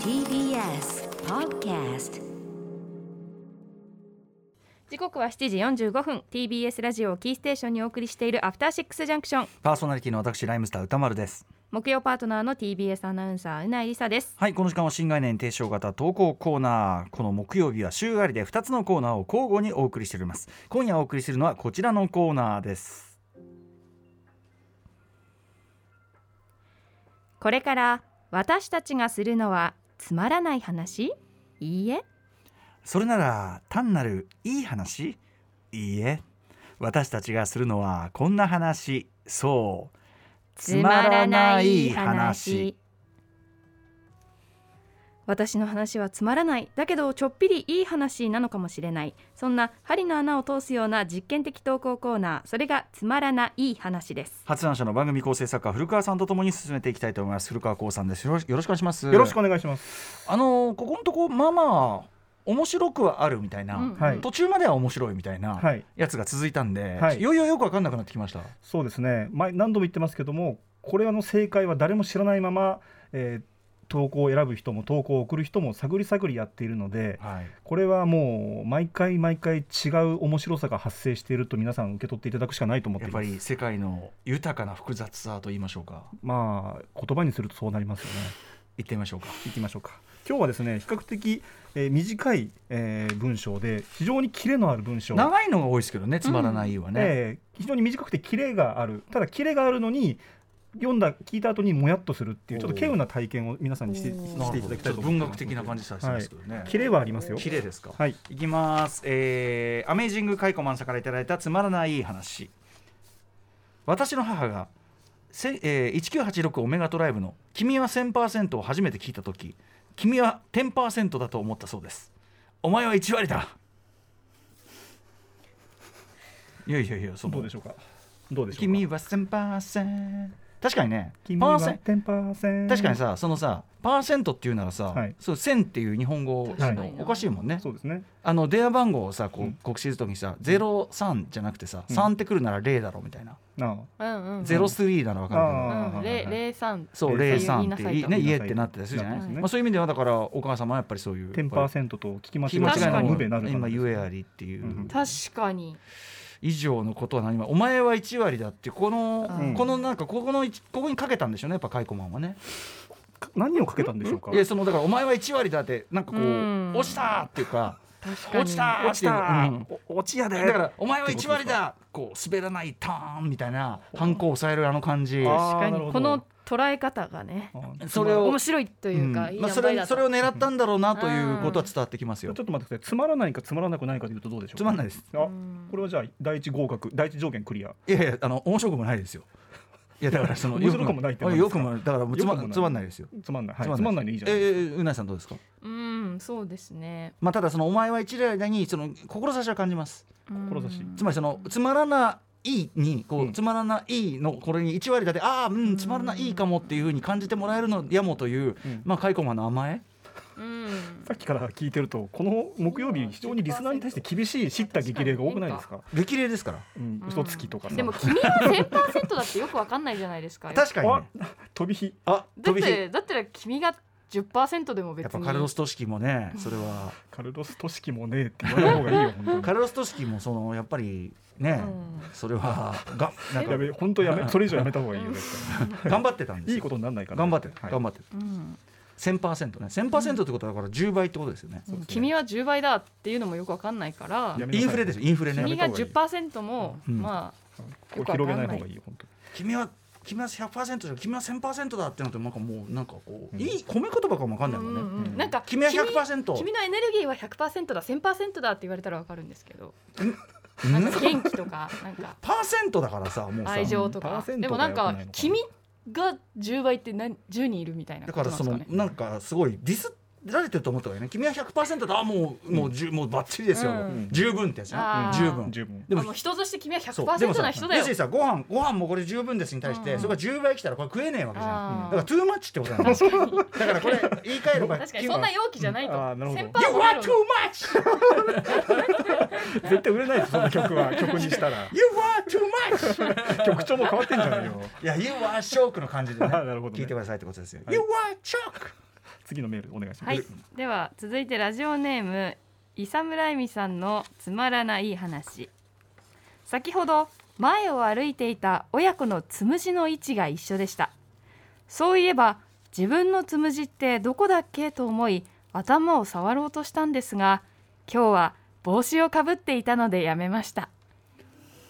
TBS Podcast 時刻は7時45分 TBS ラジオをキーステーションにお送りしているアフターシックスジャンクションパーソナリティの私ライムスター歌丸です木曜パートナーの TBS アナウンサーうないりさですはいこの時間は新概念提唱型投稿コーナーこの木曜日は週替わりで2つのコーナーを交互にお送りしております今夜お送りするのはこちらのコーナーですこれから私たちがするのはつまらない話いいえそれなら単なるいい話いいえ私たちがするのはこんな話そう私の話はつまらないだけどちょっぴりいい話なのかもしれないそんな針の穴を通すような実験的投稿コーナーそれがつまらない話です発案者の番組構成作家古川さんとともに進めていきたいと思います古川光さんですよろしよろしくお願いしますよろしくお願いします。あのーここのとこまあまあ面白くはあるみたいな、うんはい途中までは面白いみたいなはいやつが続いたんで、はいいよいよよく分かんなくなってきました。そうですね。前何度も言ってますけども、これあの正解は誰も知らないまま、えー投稿を選ぶ人も投稿を送る人も探り探りやっているので、はい、これはもう毎回毎回違う面白さが発生していると皆さん受け取っていただくしかないと思ってやっいぱます。り世界の豊かな複雑さと言いましょうかまあ言葉にするとそうなりますよね。言ってみましょうかいきましょうか。今日はですね、比較的、えー短い、えー文章で非常にキレのある文章。長いのが多いですけどねつまらないはね、ええ非常に短くてキレがあるただキレがあるのに読んだ聞いた後にもやっとするっていうちょっと稀有な体験を皆さんにしておーしていただきたいと思い文ます学的な感じしたりしますけどね、キレはありますよ綺麗ですか、はいいきます、えー、アメイジングカイコマンさんからいただいたつまらない話私の母がせ、えー、1986オメガトライブの「君は1000%」を初めて聞いた時君は10%だと思ったそうですお前は1割だいやいやいやそどのうでしょうかどうでしょうか君は1000%確かにね君パはーセン10%確かにさそのさパーセントっていうならさ、はいそう1000っていう日本語確かにおかしいもんね、そうですねあの電話番号をさこううん告知するときにさ「03」じゃなくてさ「うん3」ってくるなら「0」だろみたいななうんうんうん、「03」ならわかるけど。あうあん、れ零三そう零03っていいね言いなさいと家ってなってたりするじゃない、はいまあ、そういう意味ではだからお母様はやっぱりそういう10%と聞き間気違持いちががい無べなる今言えありりっていう、うん確かに以上のことは何もお前は1割だってこの、うんこのなんかここの一ここにかけたんでしょうねやっぱカイコマンはね何をかけたんでしょうかいやそのだからお前は1割だってなんかこう、うん落ちたっていうか確かに落ちたーっていううん落ちやでだからお前は1割だこう滑らないターンみたいなハンコを押さえるあの感じあー確かなるほにどこの捉え方がねあーそれを面白いというか、ういんいまあ、名そ前だれとそれを狙ったんだろうなということは伝わってきますちょよっ。と待ってくださいつまらないかつまらなくないかでいうとどうでしょうつまんないです。あこれはじゃあ第一合格第一条件クリアいやいやあの面白くもないですよ。い やだからその面白くもないってよく何もですかよくもだからもうつまよくもないつまんないですよ。つまんない、はい、つまんないでいいじゃえないですか、ーうなえさんどうですか。うんそうですねまあただそのお前は一例にその志は感じます。志うんつまりそのつまらないにこう、うんつまらないのこれに一割だでああうんつまらないかもっていうふうに感じてもらえるのやもという、うんまあカイコマンの甘え。うんさっきから聞いてるとこの木曜日非常にリスナーに対して厳しい叱咤激励が多くないですか、激励ですから。うん、嘘つきとかさでも君は1000%だってよくわかんないじゃないですか確かに、あね。飛び火あだっ飛び火。てだったら君が10%でも別やっにぱカルロスト式もねそ れは。カルロス・トシキもねえって言わない方がいいよ本当カルロス・トシキもそのやっぱりね、うんそれはがなんにやかべえ本当やめそれ以上やめた方がいいよ絶頑張ってたんです対よいいことにならないから頑張ってた、頑張ってたうん1000%ね1000%ってことはだから10倍ってことですよね、そうですね君は10倍だっていうのもよくわかんないからやめなさいインフレですよインフレ君ねが10%も、うんまあこう広げない方がいいよ本当に君は君は100%じゃ君は1000%だってのとなんかもうなんかこう、うんいい褒め言葉かもわかんないもんね、うんうんうんなんか君は君100%のエネルギーは100%だ1000%だって言われたらわかるんですけどんなんか元気とかなんかパーセントだからさもうさ愛情とパかーセンでトもがなん良くないのかかな君が10倍って何10人いるみたいなだことからなんそですかのな,、ねんかすごいディスられてると思ったわよね君は100%だもうもうじゅもうバッチリですよ、うん十分ってやつねあー十分十分であの人として君はそうでも100%さな人だよ別にさご飯ご飯もこれ十分ですに対して、うんそれが10倍来たらこれ食えねえわけじゃんあーだからトゥーマッチってことなんだよだからこれ言い換えれば確かにそんな容器じゃないとあーなるほど先 You 輩 are too much! 絶対売れないですその曲は曲にした ら You are too much! 曲調も変わってんじゃないよいや、You are shock の感じでね なるほどね聞いてくださいってことですよ。はい You are shock! 次のメールお願いします、はい、では続いてラジオネームイサムライミさんのつまらない話先ほど前を歩いていた親子のつむじの位置が一緒でしたそういえば自分のつむじってどこだっけと思い頭を触ろうとしたんですが今日は帽子をかぶっていたのでやめました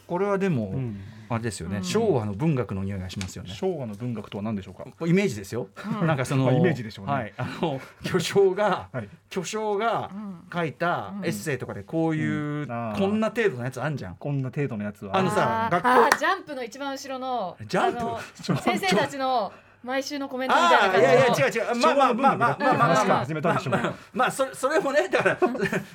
これはでも、うんあれですよね、うん昭和の文学の匂いがしますよね。昭和の文学とは何でしょうかイメージですよ。うんなんかその、まあイメージでしょうねはい、あの巨匠がはい巨匠がうん書いたエッセイとかでこういう、うんあーこんな程度のやつあんじゃん。こんな程度のやつはあのさあー学校あージャンプの一番後ろのジャンプあ の先生たちの毎週のコメントみたいなあ感あいじのやいや違う違うまあまあまあまあまあまあまあ昭まあ和の文学だって話から始めたでしょうまあまあそれそれもねだ から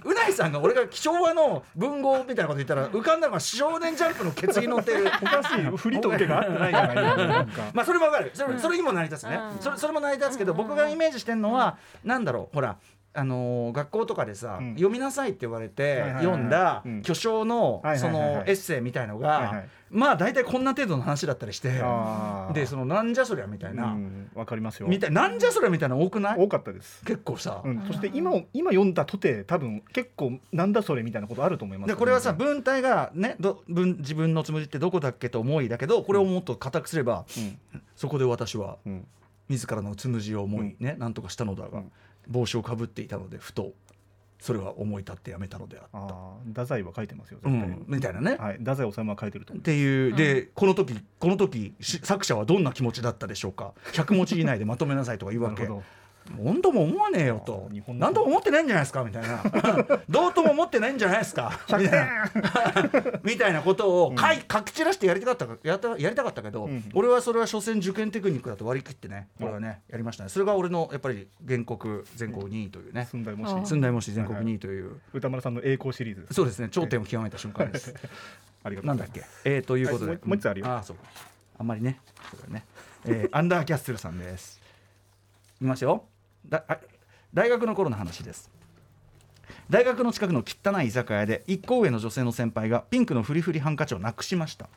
うないさんが俺が昭和の文豪みたいなこと言ったら浮かんだのが少年ジャンプの決意のってるおかしい振りと受けが合ってないじゃないなんかまあそれもわかるそれ,、それにも成り立つね、うんそれそれも成り立つけど、僕がイメージしてるのは、なんだろうほらあのー学校とかでさ、うん読みなさいって言われて、はいはいはい読んだうん巨匠の、はいはいそはいはいのエッセイみたいのが、はいはいまあ大体こんな程度の話だったりしてあーでそのなんじゃそりゃみたいな、うんわかりますよみたいなんじゃそりゃみたいなの多くない多かったです結構さ、うん、そして今を今読んだとて多分結構なんだそれみたいなことあると思いますでよこれはさうん文体がねど文自分のつむじってどこだっけと思いだけどこれをもっと固くすれば、そこで私はうん自らのつむじを思い、ねなんとかしたのだが、うん帽子をかぶっていたのでふとそれは思い立ってやめたのであった、あー太宰は書いてますよう絶対、ん、みたいなね、はい太宰治は書いてると思っうていううんでこの時この時し作者はどんな気持ちだったでしょうか100文字以内でまとめなさいとか言うわけなるほ何度も思わねえよとあ日本の何度も思ってないんじゃないですかみたい などうとも思ってないんじゃないですかみたいなみたいな ことをかい書き散らしてやりたかったかやったやりたかったけど、うん俺はそれは所詮受験テクニックだと割り切ってね俺はねやりましたねそれが俺のやっぱり原告全国2位というね寸大もあーし寸大模試全国2位という、歌丸さんの栄光シリーズですそうですね頂点を極めた瞬間 です。ありがとうなごんざだいっますけ、えー、ということで、はいもうもう一つあるよんあーそうかあんまりねそうだね、えー、アン ダーキャッスルさんです見ますよだあ大学の頃の話です大学の近くの汚い居酒屋で一行上の女性の先輩がピンクのフリフリハンカチをなくしました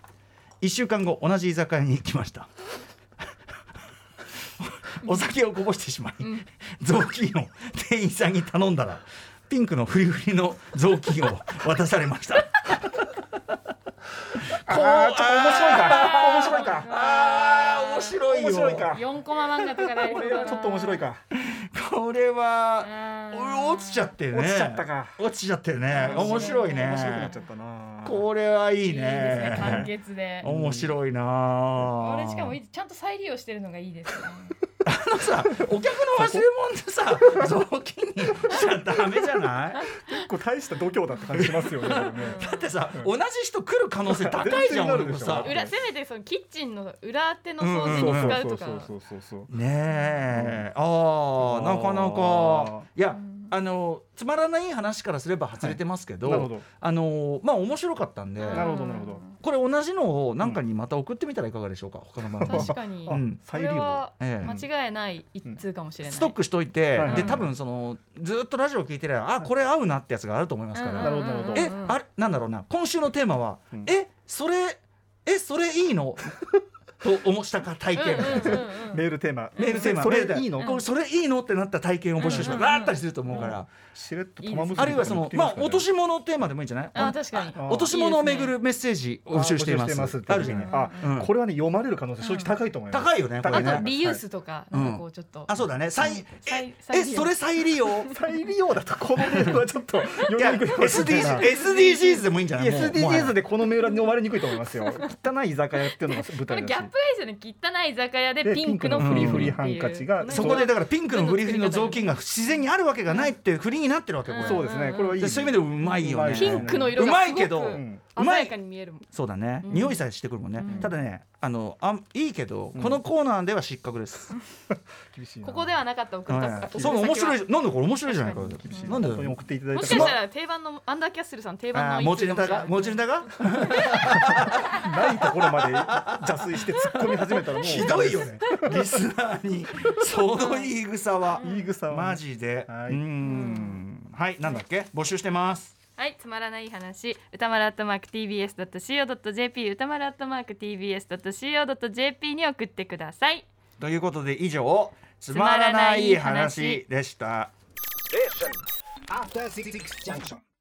1週間後同じ居酒屋に行きました お酒をこぼしてしまい、雑巾を店員さんに頼んだらピンクのフリフリの雑巾を渡されましたこうあーちょっと面白いか面白いかあー面白いよ面白いか4コマ漫画とかなりこそうれだなはちょっと面白いかこれはあお落ちちゃってね落ちちゃったか落ちちゃってね面白いね面白くなっちゃったなこれはいーいいいですね完ね結で面白いなこれあしかもいいちゃんと再利用してるのがいいですねあのさお客の忘れ物で さ雑巾にしちゃダメじゃない結構大した度胸だって感じしますよねこれねだってさ同じ人来る可能性高いじゃん全然なる俺でもしょさ 裏せめてそのキッチンの裏手の掃除に使うとか、そうそうそうねえああなかなかいやあのつまらない話からすれば外れてますけそうど,、なるほどあのまあ面白かったんでうんなるほどなるほどこれ同じのを何かにまた送ってみたらいかがでしょうか、他の番組確かにうんこ再利れ用はええ間違いない一通かもしれない、ストックしといて、はいでうん多分そのずっとラジオ聞いてりゃあこれ合うなってやつがあると思いますから、なるほどなるほどえあれなんだろうな今週のテーマは「うんえそれえそれいいの? 」と思したか体験、メールテーマメールテーマそメールテーマれいいのこれそれいいのってなった体験を募集しまうんうすんうんあったりすると思うから、しれっと玉結びあるいはそのまあ落とし物テーマでもいいんじゃないあ確かに落とし物をめぐるメッセージを募集しています。あるじゃない。あうんこれはね読まれる可能性正直高いと思います高いよね、こあれとね。リユースとか、なんかこうちょっとあ、そうだね。再再再ええ利用それ再利用。 い再利用だとこのメールはちょっと読やみにくいかもしれ SDGs ない SDGs でもいいんじゃない？もうもはや SDGs でこのメールは読まれにくいと思いますよ汚い居酒屋っていうのが舞これギ台ャだップがいしいですよね汚い居酒屋でピンクのフでピンクのリフリフリフリハンカチがそこでだからピンクのフリフリの雑巾が自然にあるわけがないっていうフリになってるわけこうんれ。そうですねこれはいいでそういう意味でもうまいよね。うまいピンクの色うがますいごくけどうんうまい鮮やかに見えるもん。そうだね、うん匂いさえしてくるもんね、うんただねあのあんいいけど、うんこのコーナーでは失格です、厳しいなここではなかった送りは方。い、そう面白いい。なんでこれ面白いじゃないか厳しいなんで本当に送っていただいもたしかしたら定番のアンダーキャッスルさん定あ番のー一持ちネタ部かがも持しちれネないタがないところまで邪推して突っ込み始めたらもうひどいよね。リスナーにその言い草は言い草はマジで、はいうーんはいなんだっけ募集してますはい、つまらない話、歌丸アットマーク TBS ドット CO ドット JP、歌丸アットマーク TBS ドット CO ドット JP に送ってください。ということで以上つままららなないい話話でした After Six Junction.